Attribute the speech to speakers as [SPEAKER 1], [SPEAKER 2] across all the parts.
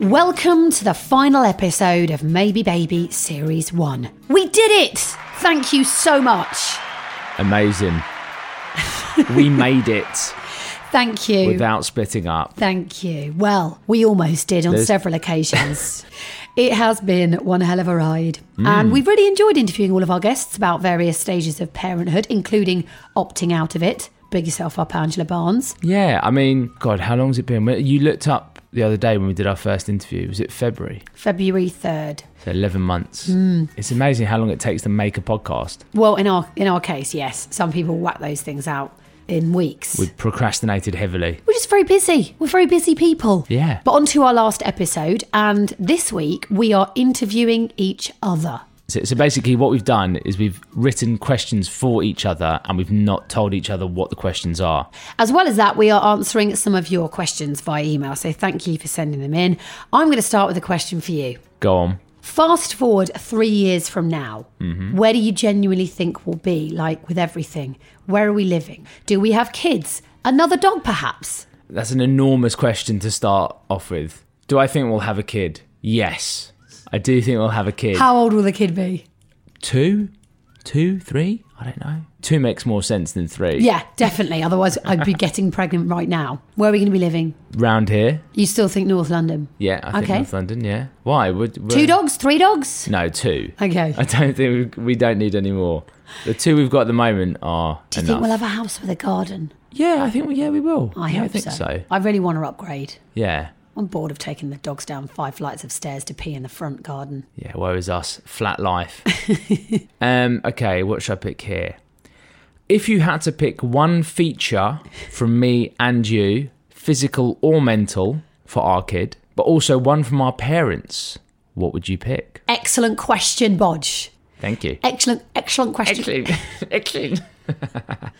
[SPEAKER 1] Welcome to the final episode of Maybe Baby Series 1. We did it! Thank you so much.
[SPEAKER 2] Amazing. we made it
[SPEAKER 1] Thank you.
[SPEAKER 2] without splitting up.
[SPEAKER 1] Thank you. Well, we almost did on
[SPEAKER 2] There's-
[SPEAKER 1] several occasions. it has been one hell of a ride.
[SPEAKER 2] Mm.
[SPEAKER 1] And we've really enjoyed interviewing all of our guests about various stages of parenthood, including opting out of it. Big yourself up, Angela Barnes.
[SPEAKER 2] Yeah, I mean, God, how long's it been? You looked up the other day when we did our first interview. Was it February?
[SPEAKER 1] February 3rd.
[SPEAKER 2] So 11 months. It's amazing how long it takes to make a podcast.
[SPEAKER 1] Well, in our in our case, yes. Some people whack those things out in weeks.
[SPEAKER 2] We procrastinated heavily.
[SPEAKER 1] We're just very busy. We're very busy people.
[SPEAKER 2] Yeah.
[SPEAKER 1] But on to our last episode. And this week, we are interviewing each other.
[SPEAKER 2] So, so basically, what we've done is we've written questions for each other and we've not told each other what the questions are.
[SPEAKER 1] As well as that, we are answering some of your questions via email. So thank you for sending them in. I'm going to start with a question for you.
[SPEAKER 2] Go on.
[SPEAKER 1] Fast forward three years from now, where do you genuinely think we'll be? Like with everything, where are we living? Do we have kids? Another dog, perhaps?
[SPEAKER 2] That's an enormous question to start off with. Do I think we'll have a kid? Yes. I do think we'll have a kid.
[SPEAKER 1] How old will the kid be?
[SPEAKER 2] two, two, three. I don't know. Two makes more sense than three.
[SPEAKER 1] Yeah, definitely. Otherwise, I'd be getting pregnant right now. Where are we going to be living?
[SPEAKER 2] Round here.
[SPEAKER 1] You still think North London?
[SPEAKER 2] Yeah. I think
[SPEAKER 1] Okay.
[SPEAKER 2] North London. Yeah. Why? Would would-
[SPEAKER 1] Two dogs, three dogs.
[SPEAKER 2] No, two.
[SPEAKER 1] Okay.
[SPEAKER 2] I don't think we, we don't need any more. The two we've got at the moment are.
[SPEAKER 1] Do you
[SPEAKER 2] enough.
[SPEAKER 1] think we'll have a house with a garden?
[SPEAKER 2] Yeah, I think. we- Yeah, we will.
[SPEAKER 1] I
[SPEAKER 2] yeah,
[SPEAKER 1] hope
[SPEAKER 2] I think so.
[SPEAKER 1] I really want to upgrade.
[SPEAKER 2] Yeah.
[SPEAKER 1] I'm bored of taking the dogs down five flights of stairs to pee in the front garden.
[SPEAKER 2] Yeah. Whereas us, flat life. um. Okay. What should I pick here? If you had to pick one feature from me and you, physical or mental, for our kid, but also one from our parents, what would you pick?
[SPEAKER 1] Excellent question, Bodge.
[SPEAKER 2] Thank you.
[SPEAKER 1] Excellent, excellent question.
[SPEAKER 2] Excellent. Excellent.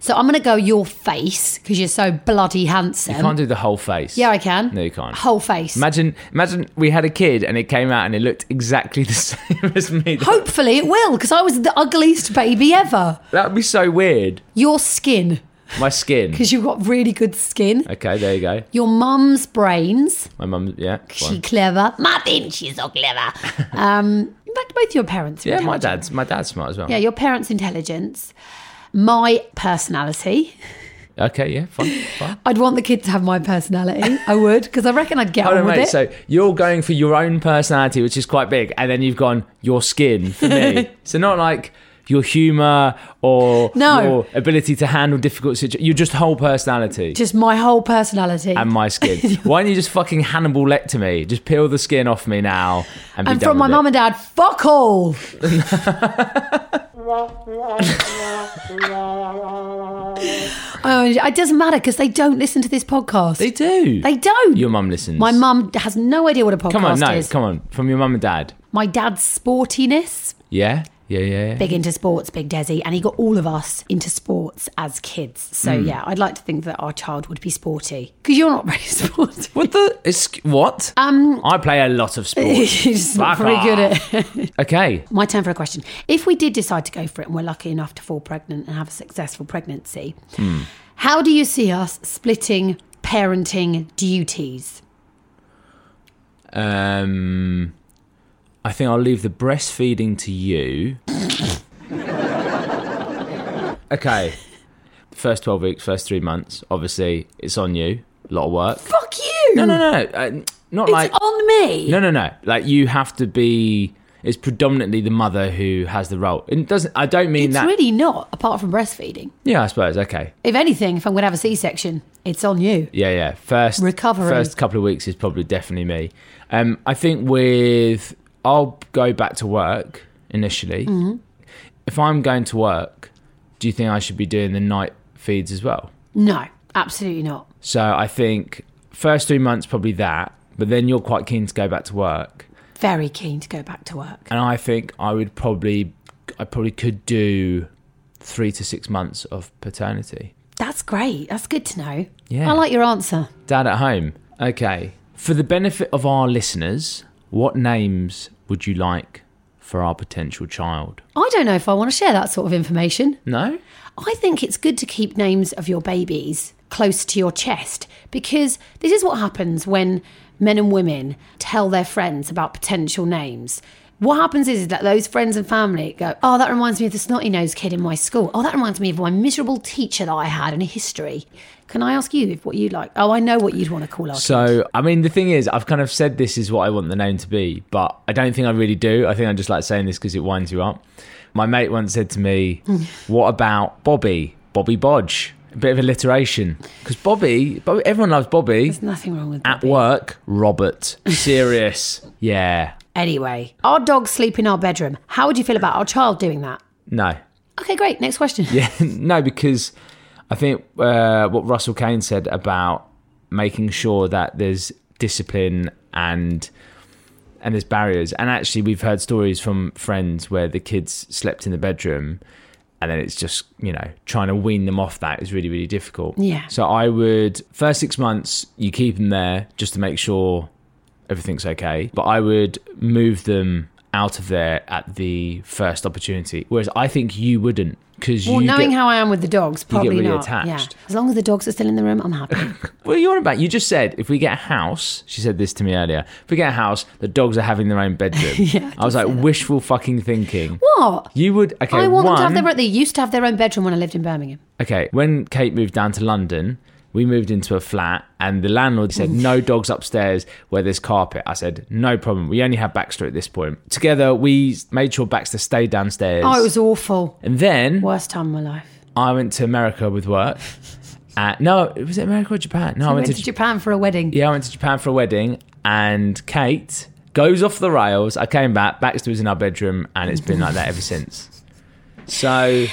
[SPEAKER 1] So I'm going to go your face because you're so bloody handsome.
[SPEAKER 2] You can't do the whole face.
[SPEAKER 1] Um, yeah, I can.
[SPEAKER 2] No, you can't.
[SPEAKER 1] Whole face.
[SPEAKER 2] Imagine, imagine we had a kid and it came out and it looked exactly the same as me.
[SPEAKER 1] Hopefully it will because I was the ugliest baby ever.
[SPEAKER 2] That would be so weird.
[SPEAKER 1] Your skin
[SPEAKER 2] My skin.
[SPEAKER 1] because you've got really good skin.
[SPEAKER 2] Okay, there you go.
[SPEAKER 1] Your mum's brains.
[SPEAKER 2] My mum, yeah. go
[SPEAKER 1] She
[SPEAKER 2] on.
[SPEAKER 1] clever. Martin, she's so clever. um, in fact, both your parents. were
[SPEAKER 2] Yeah, my
[SPEAKER 1] intelligent.
[SPEAKER 2] dad's, my dad's smart as well.
[SPEAKER 1] Yeah, your parents' intelligence. My personality.
[SPEAKER 2] Okay, yeah, fine. fine.
[SPEAKER 1] I'd want the kid to have my personality. I would, because I reckon I'd get
[SPEAKER 2] Hold
[SPEAKER 1] on
[SPEAKER 2] on,
[SPEAKER 1] with
[SPEAKER 2] Oh, mate.
[SPEAKER 1] it.
[SPEAKER 2] So you're going for your own personality, which is quite big, and then you've gone your skin for me. so not like your humour or
[SPEAKER 1] No.
[SPEAKER 2] your ability to handle difficult situations. You're just whole personality.
[SPEAKER 1] Just my whole personality.
[SPEAKER 2] and my skin. Why don't you just fucking Hannibal Lecter me? Just peel the skin off me now. And, be
[SPEAKER 1] and
[SPEAKER 2] done
[SPEAKER 1] from my
[SPEAKER 2] with
[SPEAKER 1] mum
[SPEAKER 2] it.
[SPEAKER 1] and dad, fuck all. oh, it doesn't matter because they don't listen to this podcast.
[SPEAKER 2] They do.
[SPEAKER 1] They don't.
[SPEAKER 2] Your mum listens.
[SPEAKER 1] my mum has no idea what a podcast
[SPEAKER 2] Come on, no,
[SPEAKER 1] is.
[SPEAKER 2] come on. From your mum and dad.
[SPEAKER 1] My dad's sportiness,
[SPEAKER 2] Yeah, yeah, yeah. yeah.
[SPEAKER 1] big into sports, big Desi, and he got all of us into sports as kids. So
[SPEAKER 2] Hmm.
[SPEAKER 1] yeah, I'd like to think that our child would be sporty because you're not very sporty.
[SPEAKER 2] What the? It's, what? Um, I play a lot of sports.
[SPEAKER 1] He's not
[SPEAKER 2] Fuck
[SPEAKER 1] very good
[SPEAKER 2] off.
[SPEAKER 1] at
[SPEAKER 2] okay.
[SPEAKER 1] My turn for a question. If we did decide to go for it and we're lucky enough to fall pregnant and have a successful
[SPEAKER 2] Hmm.
[SPEAKER 1] pregnancy, how do you see us splitting parenting duties?
[SPEAKER 2] Um, I think I'll leave the breastfeeding to you. okay. First 12 weeks, first three months, obviously, it's on you. A lot of work.
[SPEAKER 1] Fuck you.
[SPEAKER 2] No, no, no. no. Uh, not
[SPEAKER 1] It's
[SPEAKER 2] like.
[SPEAKER 1] on me.
[SPEAKER 2] No, no, no. Like, you have to be. It's predominantly the mother who has the role. It doesn't. I don't mean
[SPEAKER 1] it's
[SPEAKER 2] that.
[SPEAKER 1] really not, apart from breastfeeding.
[SPEAKER 2] yeah, I suppose. Okay.
[SPEAKER 1] If anything, if I'm going to have a C-section, it's on you.
[SPEAKER 2] Yeah, yeah. First
[SPEAKER 1] Recovery.
[SPEAKER 2] First couple of weeks is probably definitely me. Um, I think with I'll go back to work initially. If I'm going to work, do you think I should be doing the night feeds as well?
[SPEAKER 1] No, absolutely not.
[SPEAKER 2] So I think first three months probably that, but then you're quite keen to go back to work,
[SPEAKER 1] Very keen to go back to work.
[SPEAKER 2] and I think I would probably I probably could do three to six months of paternity.
[SPEAKER 1] That's great. That's good to know.
[SPEAKER 2] Yeah.
[SPEAKER 1] I like your answer.
[SPEAKER 2] Dad at home. Okay. For the benefit of our listeners, what names would you like for our potential child?
[SPEAKER 1] I don't know if I want to share that sort of information.
[SPEAKER 2] No?
[SPEAKER 1] I think it's good to keep names of your babies close to your chest because this is what happens when men and women tell their friends about potential names. What happens is that those friends and family go, Oh, that reminds me of the snotty nosed kid in my school. Oh, that reminds me of my miserable teacher that I had in history. Can I ask you if what you like? Oh, I know what you'd want to call our kid.
[SPEAKER 2] So, I mean, the thing is, I've kind of said this is what I want the name to be, but I don't think I really do. I think I just like saying this because it winds you up. My mate once said to me, What about Bobby? Bobby Bodge. A bit of alliteration. Because Bobby, Bobby, everyone loves Bobby.
[SPEAKER 1] There's nothing wrong with
[SPEAKER 2] At
[SPEAKER 1] Bobby.
[SPEAKER 2] work, Robert. Serious. yeah.
[SPEAKER 1] Anyway, our dogs sleep in our bedroom. How would you feel about our child doing that?
[SPEAKER 2] No.
[SPEAKER 1] Okay, great. Next question.
[SPEAKER 2] Yeah, no, because I think uh, what Russell Kane said about making sure that there's discipline and and there's barriers, and actually we've heard stories from friends where the kids slept in the bedroom, and then it's just you know trying to wean them off that is really really difficult.
[SPEAKER 1] Yeah.
[SPEAKER 2] So I would first six months you keep them there just to make sure everything's okay. But I would move them out of there at the first opportunity. Whereas I think you wouldn't because
[SPEAKER 1] Well,
[SPEAKER 2] you
[SPEAKER 1] knowing
[SPEAKER 2] get,
[SPEAKER 1] how I am with the dogs, probably
[SPEAKER 2] really
[SPEAKER 1] not.
[SPEAKER 2] attached.
[SPEAKER 1] Yeah. As long as the dogs are still in the room, I'm happy.
[SPEAKER 2] What are you on about? You just said if we get a house, she said this to me earlier. If we get a house, the dogs are having their own bedroom. yeah, I, was like wishful fucking thinking.
[SPEAKER 1] what?
[SPEAKER 2] You would okay.
[SPEAKER 1] I want
[SPEAKER 2] one,
[SPEAKER 1] them to have their. They used to have their own bedroom when I lived in Birmingham.
[SPEAKER 2] Okay, when Kate moved down to London, we moved into a flat, and the landlord said, No dogs upstairs where there's carpet. I said, No problem. We only have Baxter at this point. Together, we made sure Baxter stayed downstairs.
[SPEAKER 1] Oh, it was awful.
[SPEAKER 2] and then
[SPEAKER 1] Worst time of my life.
[SPEAKER 2] I went to America with work. Uh, no, was it America or Japan? No, I
[SPEAKER 1] I
[SPEAKER 2] went,
[SPEAKER 1] went to
[SPEAKER 2] to,
[SPEAKER 1] Japan for a wedding.
[SPEAKER 2] yeah, I went to Japan for a wedding, and Kate goes off the rails. I came back. Baxter was in our bedroom, and it's been like that ever since. So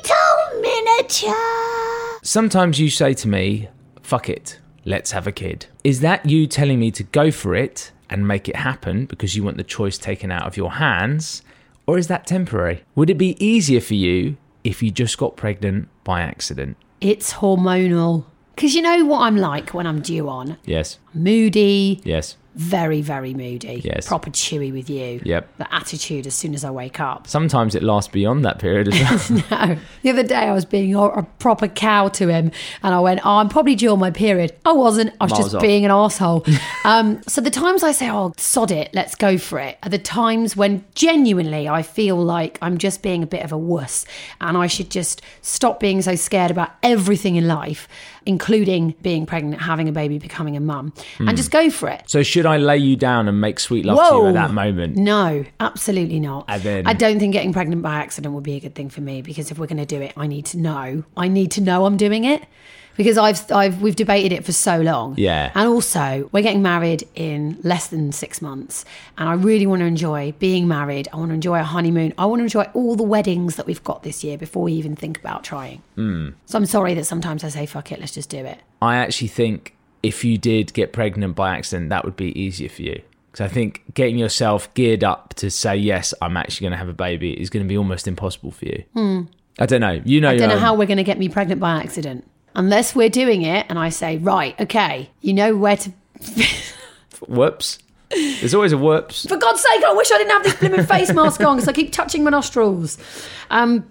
[SPEAKER 1] Little miniature.
[SPEAKER 2] Sometimes you say to me, fuck it, let's have a kid. Is that you telling me to go for it and make it happen because you want the choice taken out of your hands? Or is that temporary? Would it be easier for you if you just got pregnant by accident?
[SPEAKER 1] It's hormonal. Because you know what I'm like when I'm due on?
[SPEAKER 2] Yes,
[SPEAKER 1] Moody,
[SPEAKER 2] yes,
[SPEAKER 1] very, very moody.
[SPEAKER 2] Yes.
[SPEAKER 1] Proper chewy with you.
[SPEAKER 2] yep.
[SPEAKER 1] The attitude as soon as I wake up.
[SPEAKER 2] Sometimes it lasts beyond that period as well.
[SPEAKER 1] No. The other day I was being a- a proper cow to him and I went, Oh, I'm probably due on my period. I wasn't. I was
[SPEAKER 2] Miles
[SPEAKER 1] just
[SPEAKER 2] off.
[SPEAKER 1] being an asshole. um, so the times I say, Oh, sod it, let's go for it, are the times when genuinely I feel like I'm just being a bit of a wuss and I should just stop being so scared about everything in life, including being pregnant, having a baby, becoming a mum,
[SPEAKER 2] Hmm.
[SPEAKER 1] and just go for it.
[SPEAKER 2] so, should I lay you down and make sweet love to you
[SPEAKER 1] Whoa.
[SPEAKER 2] at that moment?
[SPEAKER 1] No, absolutely not.
[SPEAKER 2] And then-
[SPEAKER 1] I don't think getting pregnant by accident would be a good thing for me because if we're going to do it, I need to know. I need to know I'm doing it because I've I've we've debated it for so long.
[SPEAKER 2] Yeah.
[SPEAKER 1] And also, we're getting married in less than 6 months, and I really want to enjoy being married. I want to enjoy a honeymoon. I want to enjoy all the weddings that we've got this year before we even think about trying.
[SPEAKER 2] Hmm.
[SPEAKER 1] So I'm sorry that sometimes I say fuck it, let's just do it.
[SPEAKER 2] I actually think if you did get pregnant by accident, that would be easier for you. Because I think getting yourself geared up to say, yes, I'm actually going to have a baby is going to be almost impossible for you. I don't know. You know,
[SPEAKER 1] Hmm. I don't know
[SPEAKER 2] your
[SPEAKER 1] how
[SPEAKER 2] own-
[SPEAKER 1] we're going to get me pregnant by accident unless we're doing it and I say, right, okay, you know where to.
[SPEAKER 2] whoops. There's always a whoops.
[SPEAKER 1] For God's sake, I wish I didn't have this blooming face mask on because I keep touching my nostrils. Um,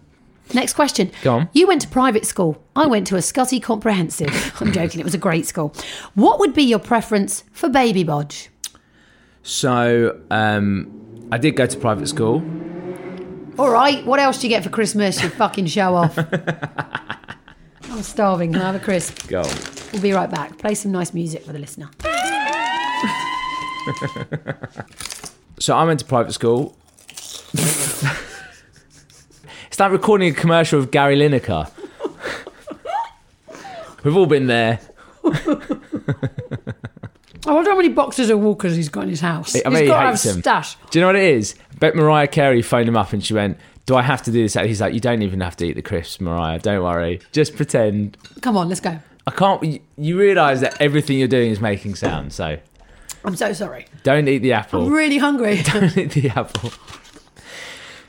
[SPEAKER 1] next question.
[SPEAKER 2] Go on.
[SPEAKER 1] You went to private school. I went to a Scotty comprehensive. I'm joking. It was a great school. What would be your preference for baby bodge?
[SPEAKER 2] So um, I did go to private school.
[SPEAKER 1] All right, what else do you get for Christmas? You fucking show off. I'm starving. Can I have a crisp?
[SPEAKER 2] Go.
[SPEAKER 1] We'll be right back. Play some nice music for the listener.
[SPEAKER 2] So I went to private school. it's like recording a commercial with Gary Lineker. We've all been there.
[SPEAKER 1] I wonder how many boxes of Walkers he's got in his house.
[SPEAKER 2] I bet
[SPEAKER 1] he's
[SPEAKER 2] he
[SPEAKER 1] got to
[SPEAKER 2] hates
[SPEAKER 1] have
[SPEAKER 2] them.
[SPEAKER 1] stash.
[SPEAKER 2] Do you know what it is? Bet Mariah Carey phoned him up and she went, Do I have to do this? And he's like, You don't even have to eat the crisps, Mariah. Don't worry. Just pretend.
[SPEAKER 1] Come on, let's go.
[SPEAKER 2] I can't. You, you realise that everything you're doing is making sound. So
[SPEAKER 1] I'm so sorry.
[SPEAKER 2] don't eat the apple.
[SPEAKER 1] I'm really hungry.
[SPEAKER 2] Don't eat the apple.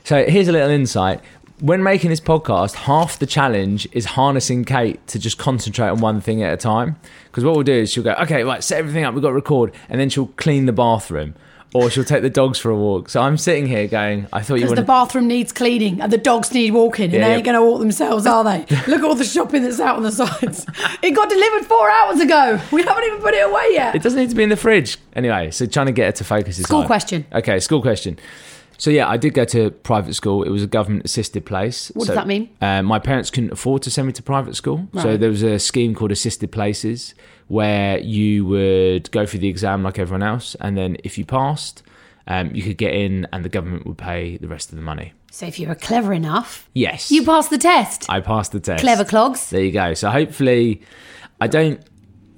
[SPEAKER 2] So here's a little insight. When making this podcast, half the challenge is harnessing Kate to just concentrate on one thing at a time. Because what we'll do is she'll go, okay, right, set everything up, we've got to record. And then she'll clean the bathroom or she'll take the dogs for a walk. So I'm sitting here going, I thought you
[SPEAKER 1] Because the
[SPEAKER 2] wanted.
[SPEAKER 1] bathroom needs cleaning and the dogs need walking and
[SPEAKER 2] Yeah,
[SPEAKER 1] they
[SPEAKER 2] yeah.
[SPEAKER 1] ain't going to walk themselves, are they? Look at all the shopping that's out on the sides. it got delivered four hours ago. We haven't even put it away yet.
[SPEAKER 2] it doesn't need to be in the fridge. Anyway, so trying to get her to focus is
[SPEAKER 1] School
[SPEAKER 2] hard.
[SPEAKER 1] question.
[SPEAKER 2] Okay, school question. So yeah, I did go to private school. It was a government-assisted place.
[SPEAKER 1] What does
[SPEAKER 2] So,
[SPEAKER 1] that mean?
[SPEAKER 2] Uh, my parents couldn't afford to send me to private school, so
[SPEAKER 1] Right.
[SPEAKER 2] there was a scheme called assisted places, where you would go through the exam like everyone else, and then if you passed, um, you could get in, and the government would pay the rest of the money.
[SPEAKER 1] so if you were clever enough,
[SPEAKER 2] Yes,
[SPEAKER 1] you passed the test.
[SPEAKER 2] I passed the test.
[SPEAKER 1] Clever clogs.
[SPEAKER 2] There you go. So hopefully, I don't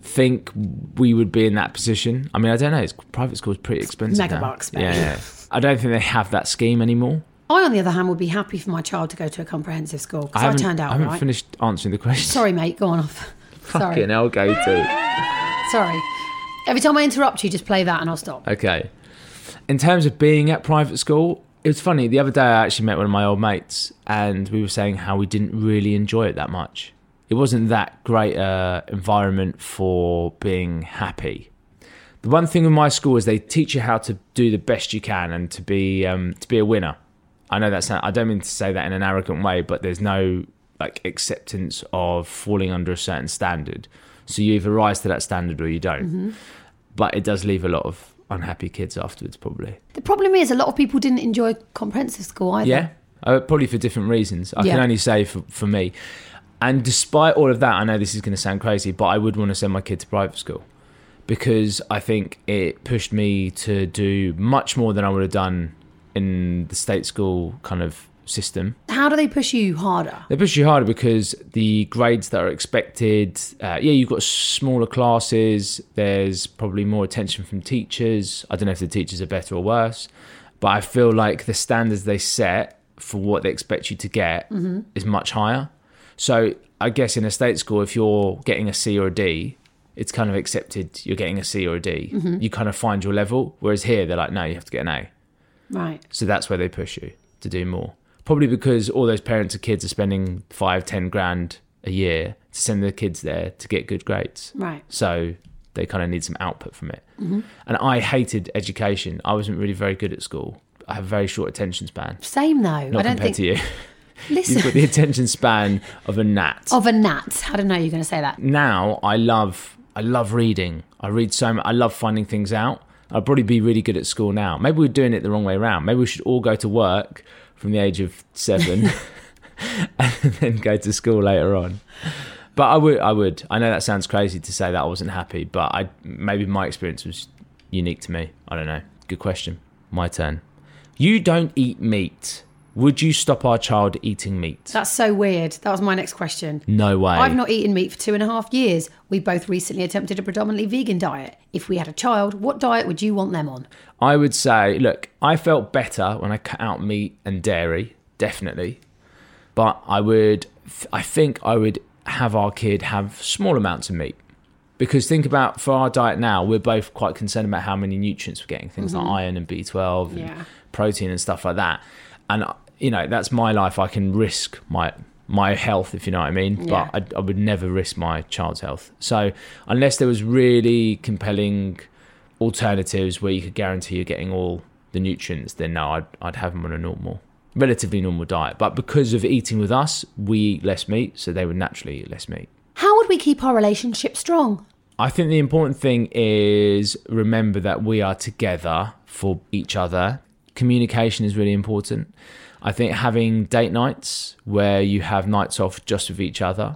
[SPEAKER 2] think we would be in that position. I mean, I don't know. It's, private school is pretty expensive.
[SPEAKER 1] mega
[SPEAKER 2] now.
[SPEAKER 1] bucks, man.
[SPEAKER 2] Yeah, yeah. I don't think they have that scheme anymore.
[SPEAKER 1] I, on the other hand, would be happy for my child to go to a comprehensive school because I,
[SPEAKER 2] haven't-
[SPEAKER 1] turned out
[SPEAKER 2] I haven't
[SPEAKER 1] right.
[SPEAKER 2] finished answering the question.
[SPEAKER 1] Sorry, mate. Go on off. Sorry.
[SPEAKER 2] Fucking hell, go to.
[SPEAKER 1] Sorry. Every time I interrupt you, just play that and I'll stop.
[SPEAKER 2] Okay. In terms of being at private school, it was funny. The other day, I actually met one of my old mates, and we were saying how we didn't really enjoy it that much. It wasn't that great uh, environment for being happy. The one thing with my school is they teach you how to do the best you can and to be um, to be a winner. I know that's not, I don't mean to say that in an arrogant way, but there's no like acceptance of falling under a certain standard. So you either rise to that standard or you don't. But it does leave a lot of unhappy kids afterwards, probably.
[SPEAKER 1] The problem is, a lot of people didn't enjoy comprehensive school either.
[SPEAKER 2] Yeah, uh, probably for different reasons. I can
[SPEAKER 1] Yeah.
[SPEAKER 2] only say for, for me. And despite all of that, I know this is going to sound crazy, but I would want to send my kid to private school because I think it pushed me to do much more than I would have done in the state school kind of system.
[SPEAKER 1] How do they push you harder?
[SPEAKER 2] They push you harder because the grades that are expected, uh, yeah, you've got smaller classes. There's probably more attention from teachers. I don't know if the teachers are better or worse, but I feel like the standards they set for what they expect you to get is much higher. So I guess in a state school, if you're getting a C or a D, it's kind of accepted you're getting a C or a D. You kind of find your level. Whereas here, they're like, no, you have to get an A.
[SPEAKER 1] Right.
[SPEAKER 2] So that's where they push you to do more. Probably because all those parents of kids are spending five, ten grand a year to send their kids there to get good grades.
[SPEAKER 1] Right.
[SPEAKER 2] So they kind of need some output from it.
[SPEAKER 1] Mm-hmm.
[SPEAKER 2] And I hated education. I wasn't really very good at school. I have a very short attention span.
[SPEAKER 1] Same though. I
[SPEAKER 2] Not
[SPEAKER 1] don't think.
[SPEAKER 2] compared to you. You've got
[SPEAKER 1] Listen.
[SPEAKER 2] the attention span of a gnat.
[SPEAKER 1] Of a gnat. I don't know you're going to say that.
[SPEAKER 2] Now I love I love reading. I read so much. I love finding things out. I'd probably be really good at school now. Maybe we're doing it the wrong way around. Maybe we should all go to work from the age of seven and then go to school later on. But I would, I would. I know that sounds crazy to say that I wasn't happy, but I maybe my experience was unique to me. I don't know. Good question. My turn. You don't eat meat. Would you stop our child eating meat?
[SPEAKER 1] That's so weird. That was my next question.
[SPEAKER 2] No way.
[SPEAKER 1] I've not eaten meat for two and a half years. We both recently attempted a predominantly vegan diet. If we had a child, what diet would you want them on?
[SPEAKER 2] I would say, look, I felt better when I cut out meat and dairy, definitely. But I would, I think I would have our kid have small amounts of meat. Because think about for our diet now, we're both quite concerned about how many nutrients we're getting, things like iron and B12 and
[SPEAKER 1] Yeah.
[SPEAKER 2] protein and stuff like that. And, uh, you know, that's my life. I can risk my my health, if you know what I mean.
[SPEAKER 1] Yeah.
[SPEAKER 2] But I, I would never risk my child's health. So, unless there was really compelling alternatives where you could guarantee you're getting all the nutrients, then no, I'd, I'd have them on a normal, relatively normal diet. But because of eating with us, we eat less meat, so they would naturally eat less meat.
[SPEAKER 1] How would we keep our relationship strong?
[SPEAKER 2] I think the important thing is remember that we are together for each other. Communication is really important. I think having date nights where you have nights off just with each other.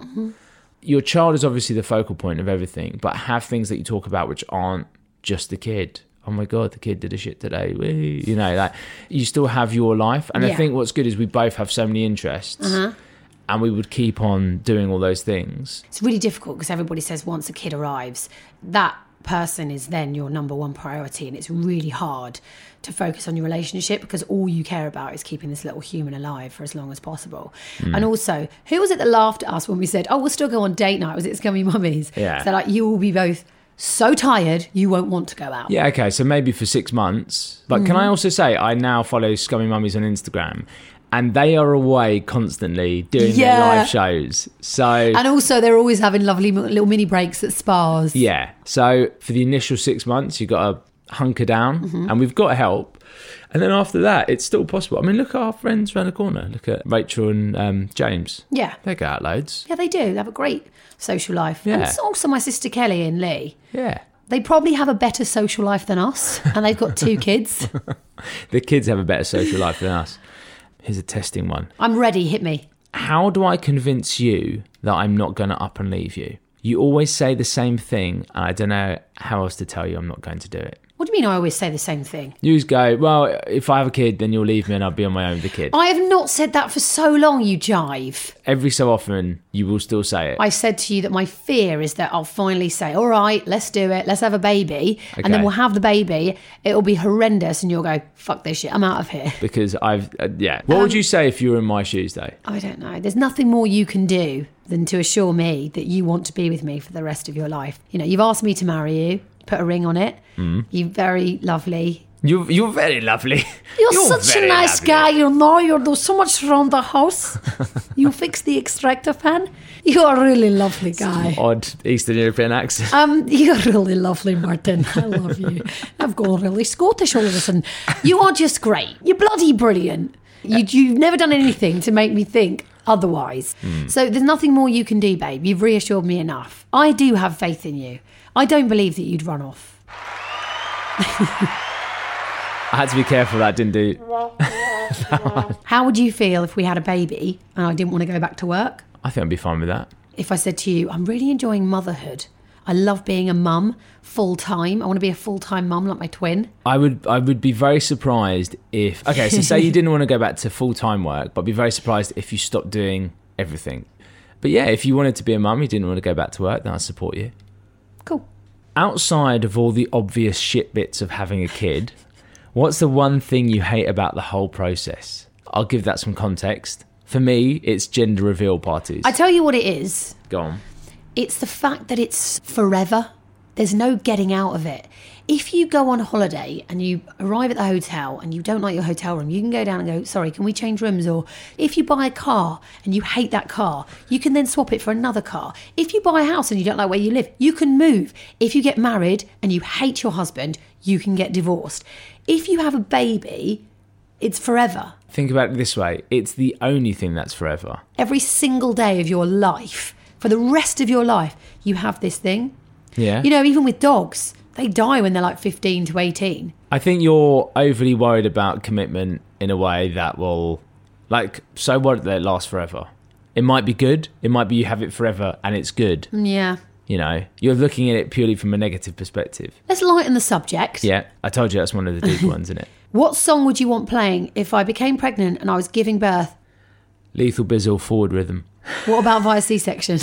[SPEAKER 2] Your child is obviously the focal point of everything, but have things that you talk about which aren't just the kid. Oh my god, the kid did a shit today. Woo. You know, like you still have your life, and I
[SPEAKER 1] Yeah.
[SPEAKER 2] think what's good is we both have so many interests, and we would keep on doing all those things.
[SPEAKER 1] It's really difficult because everybody says once a kid arrives, that person is then your number one priority. And it's really hard to focus on your relationship because all you care about is keeping this little human alive for as long as possible.
[SPEAKER 2] Hmm.
[SPEAKER 1] And also, who was it that laughed at us when we said, oh, we'll still go on date night? Was it Scummy Mummies?
[SPEAKER 2] Yeah.
[SPEAKER 1] So, like, you will be both so tired, you won't want to go out.
[SPEAKER 2] Yeah, okay, so maybe for six months. But can
[SPEAKER 1] Mm-hmm.
[SPEAKER 2] I also say I now follow Scummy Mummies on Instagram and they are away constantly doing their
[SPEAKER 1] Yeah.
[SPEAKER 2] live shows. So
[SPEAKER 1] And also, they're always having lovely m- little mini breaks at spas.
[SPEAKER 2] yeah. So for the initial six months you've got to hunker down
[SPEAKER 1] Mm-hmm.
[SPEAKER 2] and we've got help. And then after that, it's still possible. I mean, look at our friends around the corner. Look at Rachel and um, James.
[SPEAKER 1] Yeah.
[SPEAKER 2] They go out loads.
[SPEAKER 1] Yeah, they do. They have a great social life. And
[SPEAKER 2] Yeah.
[SPEAKER 1] it's also my sister Kelly and Lee.
[SPEAKER 2] Yeah.
[SPEAKER 1] They probably have a better social life than us, and they've got two kids.
[SPEAKER 2] The kids have a better social life than us. Here's a testing one.
[SPEAKER 1] I'm ready, hit me.
[SPEAKER 2] how do I convince you that I'm not going to up and leave you? You always say the same thing, and I don't know how else to tell you I'm not going to do it.
[SPEAKER 1] What do you mean I always say the same thing?
[SPEAKER 2] You just go, well, if I have a kid, then you'll leave me and I'll be on my own with the kid.
[SPEAKER 1] I have not said that for so long, you jive.
[SPEAKER 2] Every so often, you will still say it.
[SPEAKER 1] I said to you that my fear is that I'll finally say, all right, let's do it, let's have a baby, and
[SPEAKER 2] Okay.
[SPEAKER 1] then we'll have the baby. It'll be horrendous, and you'll go, fuck this shit, I'm out of here.
[SPEAKER 2] because I've, uh, yeah. What would you say if you were in my shoes, though?
[SPEAKER 1] I don't know. There's nothing more you can do than to assure me that you want to be with me for the rest of your life. You know, you've asked me to marry you, put a ring on it. You're very lovely.
[SPEAKER 2] You're, you're very lovely.
[SPEAKER 1] You're, such a
[SPEAKER 2] very
[SPEAKER 1] nice
[SPEAKER 2] lovely.
[SPEAKER 1] guy, you know. You do so much around the house. you fix the extractor fan. You are a really lovely guy.
[SPEAKER 2] Odd Eastern European accent.
[SPEAKER 1] Um, you're really lovely, Martin. I love you. I've gone really Scottish all of a sudden. You are just great. You're bloody brilliant. You, you've never done anything to make me think otherwise.
[SPEAKER 2] Hmm.
[SPEAKER 1] So there's nothing more you can do, babe. You've reassured me enough. I do have faith in you. I don't believe that you'd run off.
[SPEAKER 2] I had to be careful that didn't do.
[SPEAKER 1] How would you feel if we had a baby and I didn't want to go back to work?
[SPEAKER 2] I think I'd be fine with that.
[SPEAKER 1] if I said to you, I'm really enjoying motherhood. I love being a mum full time. I want to be a full time mum like my twin.
[SPEAKER 2] I would I would be very surprised if okay, so say you didn't want to go back to full time work, but I'd be very surprised if you stopped doing everything. But yeah, if you wanted to be a mum, you didn't want to go back to work, then I support you.
[SPEAKER 1] Cool.
[SPEAKER 2] Outside of all the obvious shit bits of having a kid, what's the one thing you hate about the whole process? I'll give that some context. For me, it's gender reveal parties.
[SPEAKER 1] I tell you what it is
[SPEAKER 2] go on.
[SPEAKER 1] it's the fact that it's forever. There's no getting out of it. If you go on holiday and you arrive at the hotel and you don't like your hotel room, you can go down and go, sorry, can we change rooms? Or if you buy a car and you hate that car, you can then swap it for another car. If you buy a house and you don't like where you live, you can move. If you get married and you hate your husband, you can get divorced. If you have a baby, it's forever.
[SPEAKER 2] Think about it this way. It's the only thing that's forever.
[SPEAKER 1] Every single day of your life, for the rest of your life, you have this thing.
[SPEAKER 2] Yeah.
[SPEAKER 1] You know, even with dogs, they die when they're like 15 to 18.
[SPEAKER 2] I think you're overly worried about commitment in a way that will, like, so what that it lasts forever. It might be good. It might be you have it forever and it's good.
[SPEAKER 1] Yeah.
[SPEAKER 2] You know, you're looking at it purely from a negative perspective.
[SPEAKER 1] Let's lighten the subject.
[SPEAKER 2] Yeah, I told you that's one of the deep ones, isn't it?
[SPEAKER 1] What song would you want playing if I became pregnant and I was giving birth?
[SPEAKER 2] Lethal Bizzle forward rhythm.
[SPEAKER 1] What about via Oh, C section?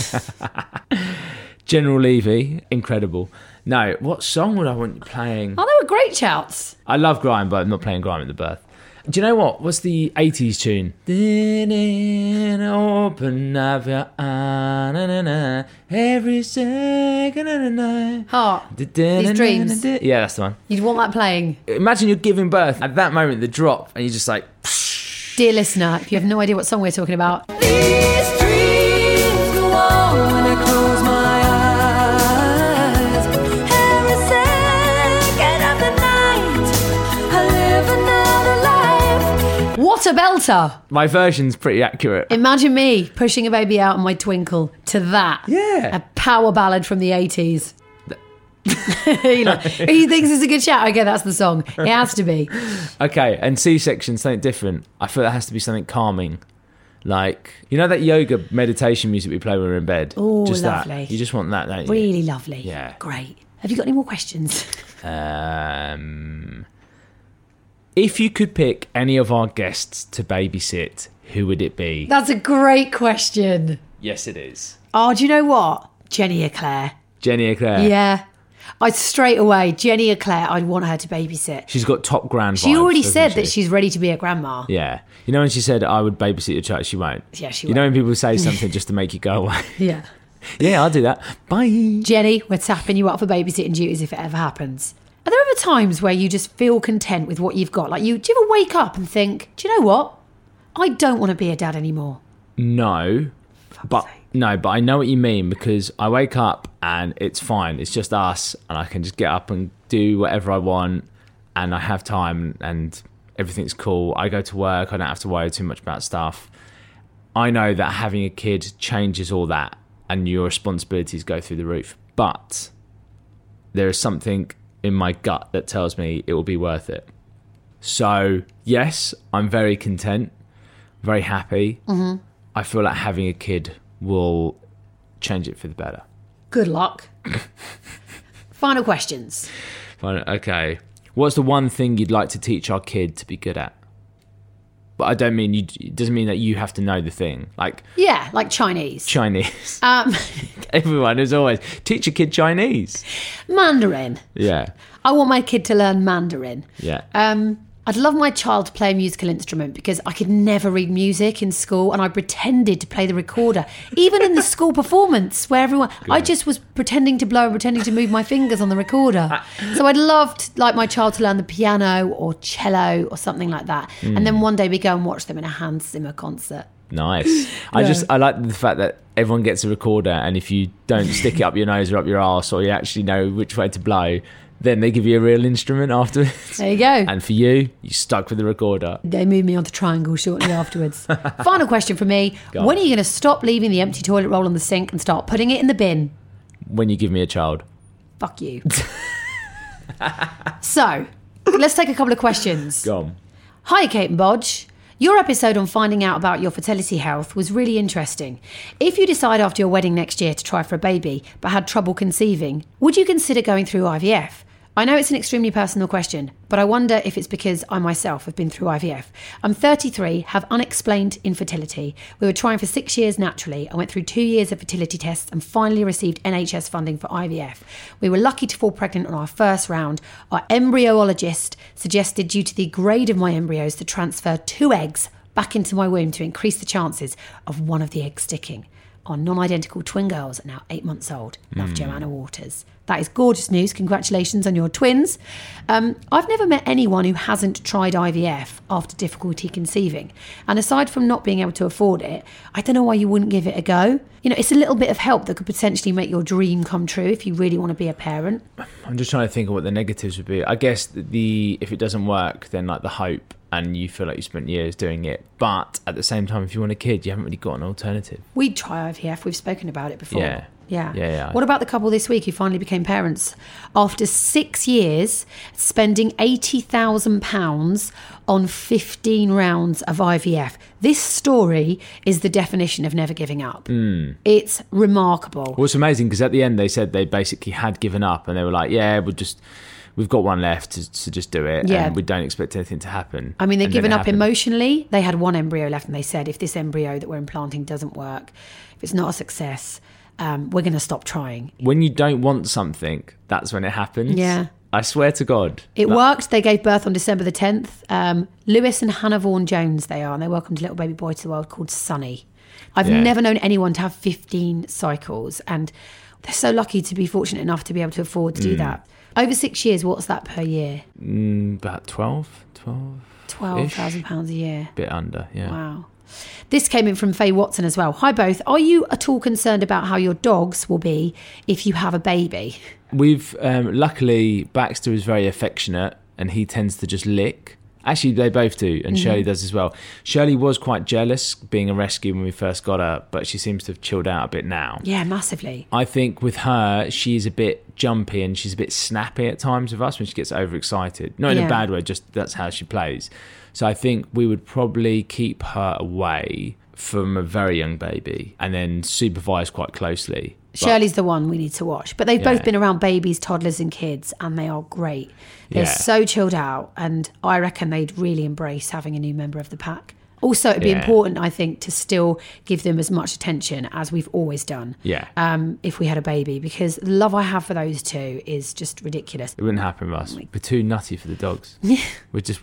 [SPEAKER 2] General Levy, incredible. No, what song would I want playing?
[SPEAKER 1] oh, they were great shouts.
[SPEAKER 2] I love grime, but I'm not playing grime at the birth. Do you know what? What's the 80s tune? Open up your eye, na, na, na, every second of the night.
[SPEAKER 1] Heart. These dreams.
[SPEAKER 2] Yeah, that's the one.
[SPEAKER 1] You'd want that playing.
[SPEAKER 2] Imagine you're giving birth at that moment, the drop, and you're just like,
[SPEAKER 1] Dear listener, if you have no idea what song we're talking about,
[SPEAKER 3] These dreams go on when I close my eyes. Every second of the night, I live another life.
[SPEAKER 1] what a belter.
[SPEAKER 2] my version's pretty accurate.
[SPEAKER 1] Imagine me pushing a baby out in my twinkle to that.
[SPEAKER 2] Yeah.
[SPEAKER 1] A power ballad from the 80s.
[SPEAKER 2] Th-
[SPEAKER 1] You know, he thinks it's a good shout. Okay, that's the song. It has to be.
[SPEAKER 2] Okay, and C section something different. I feel that has to be something calming. Like you know that yoga meditation music we play when we're in bed.
[SPEAKER 1] Ooh,
[SPEAKER 2] just
[SPEAKER 1] lovely.
[SPEAKER 2] That. You just want that, don't you?
[SPEAKER 1] Really lovely.
[SPEAKER 2] Yeah.
[SPEAKER 1] Great. Have you got any more questions?
[SPEAKER 2] Um, if you could pick any of our guests to babysit, who would it be?
[SPEAKER 1] That's a great question.
[SPEAKER 2] yes, it is
[SPEAKER 1] Oh, do you know what? Jenny Eclair.
[SPEAKER 2] Jenny Eclair.
[SPEAKER 1] Yeah. I straight away, Jenny Eclair, I'd want her to babysit.
[SPEAKER 2] She's got top grand.
[SPEAKER 1] She
[SPEAKER 2] vibes,
[SPEAKER 1] already
[SPEAKER 2] doesn't
[SPEAKER 1] said
[SPEAKER 2] she?
[SPEAKER 1] that she's ready to be a grandma.
[SPEAKER 2] Yeah, you know when she said I would babysit your child, she won't.
[SPEAKER 1] Yeah, she
[SPEAKER 2] You know when people say something just to make you go away.
[SPEAKER 1] Yeah.
[SPEAKER 2] yeah, I'll do that. Bye.
[SPEAKER 1] Jenny, we're tapping you up for babysitting duties if it ever happens. Are there ever times where you just feel content with what you've got? Like you do you ever wake up and think, Do you know what? I don't want to be a dad anymore.
[SPEAKER 2] No, but no, but I know what you mean because I wake up and it's fine. It's just us, and I can just get up and do whatever I want, and I have time, and everything's cool. I go to work. I don't have to worry too much about stuff. I know that having a kid changes all that, and your responsibilities go through the roof. But there is something in my gut that tells me it will be worth it. So yes, I'm very content, very happy. I feel like having a kid will change it for the better.
[SPEAKER 1] Good luck. Final questions.
[SPEAKER 2] Fine, okay. What's the one thing you'd like to teach our kid to be good at? But I don't mean you. It doesn't mean that you have to know the thing. Like
[SPEAKER 1] Yeah, like Chinese.
[SPEAKER 2] Chinese,
[SPEAKER 1] Um,
[SPEAKER 2] everyone is always teach a kid Chinese.
[SPEAKER 1] Mandarin.
[SPEAKER 2] Yeah,
[SPEAKER 1] I want my kid to learn Mandarin.
[SPEAKER 2] yeah.
[SPEAKER 1] Um, I'd love my child to play a musical instrument because I could never read music in school and I pretended to play the recorder. Even in the school performance where everyone, I just was pretending to blow and pretending to move my fingers on the recorder. So I'd love to, like my child to learn the piano or cello or something like that. And
[SPEAKER 2] Hmm.
[SPEAKER 1] then one day we go and watch them in a Hans Zimmer concert.
[SPEAKER 2] Nice. I just I like the fact that everyone gets a recorder, and if you don't stick it up your nose or up your arse, or you actually know which way to blow, then they give you a real instrument afterwards.
[SPEAKER 1] There you go.
[SPEAKER 2] And for you, you're stuck with the recorder.
[SPEAKER 1] they moved me onto triangle shortly afterwards. Final question for me.
[SPEAKER 2] on.
[SPEAKER 1] When are you going to stop leaving the empty toilet roll on the sink and start putting it in the bin?
[SPEAKER 2] When you give me a child.
[SPEAKER 1] Fuck you. so, let's take a couple of questions.
[SPEAKER 2] Gone.
[SPEAKER 1] Hi, Kate and Bodge. Your episode on finding out about your fertility health was really interesting. If you decide after your wedding next year to try for a baby but had trouble conceiving, would you consider going through IVF? I know it's an extremely personal question, but I wonder if it's because I myself have been through IVF. I'm 33, have unexplained infertility. We were trying for six years naturally. I went through two years of fertility tests and finally received NHS funding for IVF. We were lucky to fall pregnant on our first round. Our embryologist suggested, due to the grade of my embryos, to transfer two eggs back into my womb to increase the chances of one of the eggs sticking. Our non identical twin girls are now eight months old. Love Joanna Waters. That is gorgeous news. Congratulations on your twins. Um, I've never met anyone who hasn't tried IVF after difficulty conceiving. And aside from not being able to afford it, I don't know why you wouldn't give it a go. You know, it's a little bit of help that could potentially make your dream come true if you really want to be a parent.
[SPEAKER 2] I'm just trying to think of what the negatives would be. I guess the if it doesn't work, then like the hope, and you feel like you spent years doing it. But at the same time, if you want a kid, you haven't really got an alternative.
[SPEAKER 1] We'd try IVF. We've spoken about it before.
[SPEAKER 2] Yeah.
[SPEAKER 1] Yeah.
[SPEAKER 2] Yeah, yeah.
[SPEAKER 1] What about the couple this week who finally became parents after six years spending £80,000 on 15 rounds of IVF? This story is the definition of never giving up. It's remarkable.
[SPEAKER 2] Hmm. Well, it's amazing because at the end they said they basically had given up, and they were like, "Yeah, we'll just." We've got one left to, to just do it,
[SPEAKER 1] Yeah.
[SPEAKER 2] and we don't expect anything to happen.
[SPEAKER 1] I mean, they've
[SPEAKER 2] And then
[SPEAKER 1] given
[SPEAKER 2] it
[SPEAKER 1] up
[SPEAKER 2] happened.
[SPEAKER 1] emotionally. They had one embryo left, and they said, if this embryo that we're implanting doesn't work, if it's not a success, um, we're going to stop trying.
[SPEAKER 2] When you don't want something, that's when it happens.
[SPEAKER 1] Yeah.
[SPEAKER 2] I swear to God.
[SPEAKER 1] It worked. They gave birth on December the 10th. Um, Lewis and Hannah Vaughan Jones, they are, and they welcomed a little baby boy to the world called Sonny. I've
[SPEAKER 2] Yeah.
[SPEAKER 1] never known anyone to have 15 cycles, and they're so lucky to be fortunate enough to be able to afford to
[SPEAKER 2] Hmm.
[SPEAKER 1] do that. Over six years, what's that per year?
[SPEAKER 2] Mm, About 12, 12,
[SPEAKER 1] £12,000 a year.
[SPEAKER 2] bit under. Yeah.
[SPEAKER 1] Wow. This came in from Faye Watson as well. Hi, both. Are you at all concerned about how your dogs will be if you have a baby?
[SPEAKER 2] We've um, luckily Baxter is very affectionate and he tends to just lick, Actually, they both do, and Shirley does as well. Shirley was quite jealous being a rescue when we first got her, but she seems to have chilled out a bit now.
[SPEAKER 1] Yeah, massively.
[SPEAKER 2] I think with her, she's a bit jumpy and she's a bit snappy at times with us when she gets overexcited. Not in
[SPEAKER 1] Yeah.
[SPEAKER 2] a bad way, just that's how she plays. So I think we would probably keep her away from a very young baby and then supervise quite closely. But
[SPEAKER 1] Shirley's the one we need to watch. But they've both
[SPEAKER 2] Yeah.
[SPEAKER 1] been around babies, toddlers, and kids, and they are great. They're
[SPEAKER 2] Yeah.
[SPEAKER 1] so chilled out, and I reckon they'd really embrace having a new member of the pack. Also, it'd be
[SPEAKER 2] Yeah.
[SPEAKER 1] important, I think, to still give them as much attention as we've always done.
[SPEAKER 2] Yeah.
[SPEAKER 1] Um, if we had a baby, because the love I have for those two is just ridiculous.
[SPEAKER 2] It wouldn't happen with
[SPEAKER 1] Oh
[SPEAKER 2] us. We're too nutty for the dogs. We're just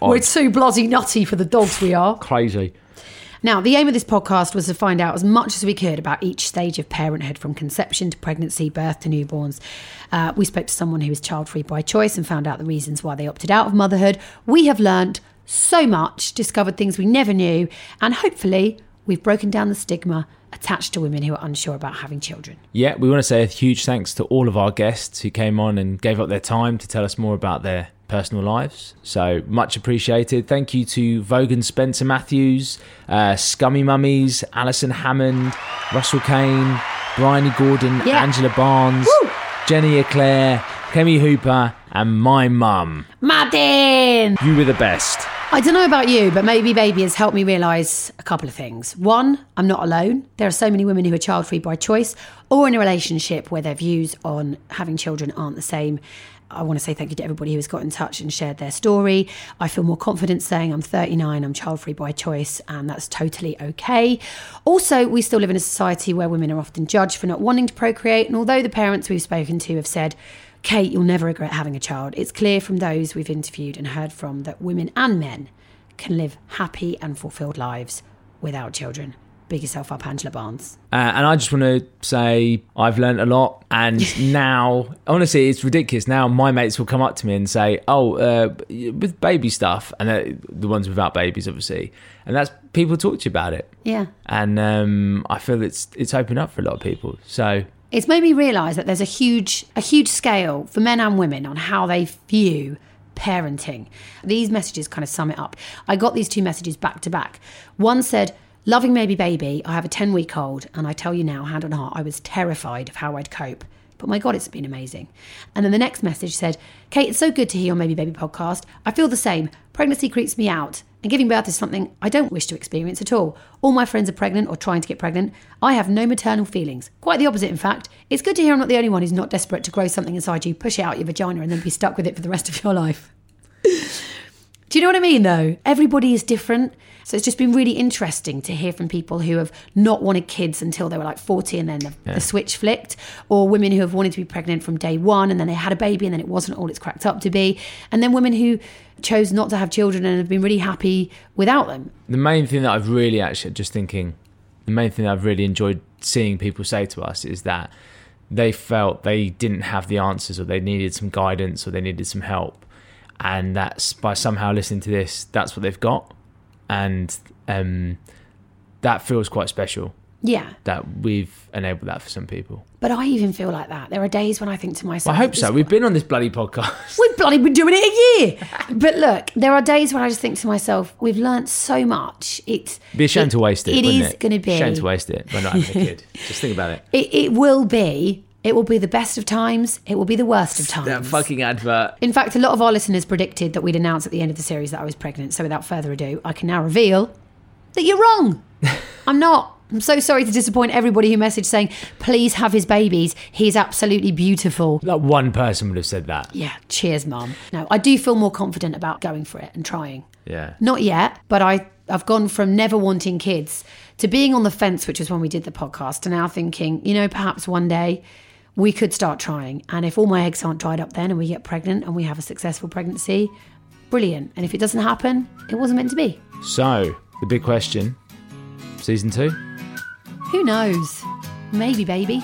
[SPEAKER 1] We're
[SPEAKER 2] odd,
[SPEAKER 1] too bloody nutty for the dogs we are.
[SPEAKER 2] crazy.
[SPEAKER 1] Now, the aim of this podcast was to find out as much as we could about each stage of parenthood from conception to pregnancy, birth to newborns. Uh, we spoke to someone who was child free by choice and found out the reasons why they opted out of motherhood. We have learnt so much, discovered things we never knew, and hopefully we've broken down the stigma attached to women who are unsure about having children.
[SPEAKER 2] Yeah, we want to say a huge thanks to all of our guests who came on and gave up their time to tell us more about their personal lives. So much appreciated. Thank you to Vogan Spencer Matthews, uh, Scummy Mummies, Alison Hammond, Russell Kane, Bryony Gordon,
[SPEAKER 1] Yeah.
[SPEAKER 2] Angela Barnes,
[SPEAKER 1] Woo!
[SPEAKER 2] Jenny Eclair, Kemi Hooper, and my mum.
[SPEAKER 1] Madden!
[SPEAKER 2] You were the best.
[SPEAKER 1] I don't know about you, but maybe baby has helped me realise a couple of things. One, I'm not alone. There are so many women who are child free by choice or in a relationship where their views on having children aren't the same. I want to say thank you to everybody who has got in touch and shared their story. I feel more confident saying I'm 39, I'm child free by choice, and that's totally okay. Also, we still live in a society where women are often judged for not wanting to procreate, and although the parents we've spoken to have said, Kate, you'll never regret having a child. It's clear from those we've interviewed and heard from that women and men can live happy and fulfilled lives without children. Big yourself up, Angela Barnes.
[SPEAKER 2] Uh, and I just want to say I've learnt a lot. And now, honestly, it's ridiculous. Now my mates will come up to me and say, "Oh, uh, with baby stuff," and uh, the ones without babies, obviously. And that's people talk to you about it.
[SPEAKER 1] Yeah.
[SPEAKER 2] And um, I feel it's it's opened up for a lot of people. So
[SPEAKER 1] It's made me realise that there's a huge a huge scale for men and women on how they view parenting. These messages kind of sum it up. I got these two messages back to back. One said, Loving baby baby, I have a 10 week old, and I tell you now, hand on heart, I was terrified of how I'd cope. But my God, it's been amazing. And then the next message said, Kate, it's so good to hear your Maybe Baby podcast. I feel the same. Pregnancy creeps me out, and giving birth is something I don't wish to experience at all. All my friends are pregnant or trying to get pregnant. I have no maternal feelings. Quite the opposite, in fact. It's good to hear I'm not the only one who's not desperate to grow something inside you, push it out your vagina, and then be stuck with it for the rest of your life. Do you know what I mean, though? Everybody is different. So it's just been really interesting to hear from people who have not wanted kids until they were like 40 and then the, the switch flicked, or women who have wanted to be pregnant from day one and then they had a baby and then it wasn't all it's cracked up to be, and then women who chose not to have children and have been really happy without them.
[SPEAKER 2] the main thing that I've really actually just thinking, the main thing that I've really enjoyed seeing people say to us is that they felt they didn't have the answers or they needed some guidance or they needed some help. And that's by somehow listening to this, that's what they've got. And um, that feels quite special
[SPEAKER 1] Yeah.
[SPEAKER 2] that we've enabled that for some people.
[SPEAKER 1] But I even feel like that. There are days when I think to myself,
[SPEAKER 2] I hope
[SPEAKER 1] "This
[SPEAKER 2] so. We've been on this bloody podcast.
[SPEAKER 1] We've bloody been doing it a year. But look, there are days when I just think to myself, we've learnt so much. It's
[SPEAKER 2] Be a shame to waste it.
[SPEAKER 1] It
[SPEAKER 2] wouldn't
[SPEAKER 1] is going to be
[SPEAKER 2] Shame to waste it by not having a kid. Just think about it.
[SPEAKER 1] It, it will be. It will be the best of times. It will be the worst of times.
[SPEAKER 2] That fucking advert.
[SPEAKER 1] In fact, a lot of our listeners predicted that we'd announce at the end of the series that I was pregnant. So without further ado, I can now reveal that you're wrong. I'm not. I'm so sorry to disappoint everybody who messaged saying, please have his babies. He's absolutely beautiful.
[SPEAKER 2] Like one person would have said that.
[SPEAKER 1] Yeah, cheers, mum. No, I do feel more confident about going for it and trying.
[SPEAKER 2] Yeah.
[SPEAKER 1] Not yet, but I I've gone from never wanting kids to being on the fence, which was when we did the podcast, to now thinking, you know, perhaps one day we could start trying. And if all my eggs aren't dried up then and we get pregnant and we have a successful pregnancy, brilliant. And if it doesn't happen, it wasn't meant to be.
[SPEAKER 2] So, the big question season two?
[SPEAKER 1] Who knows? Maybe, baby.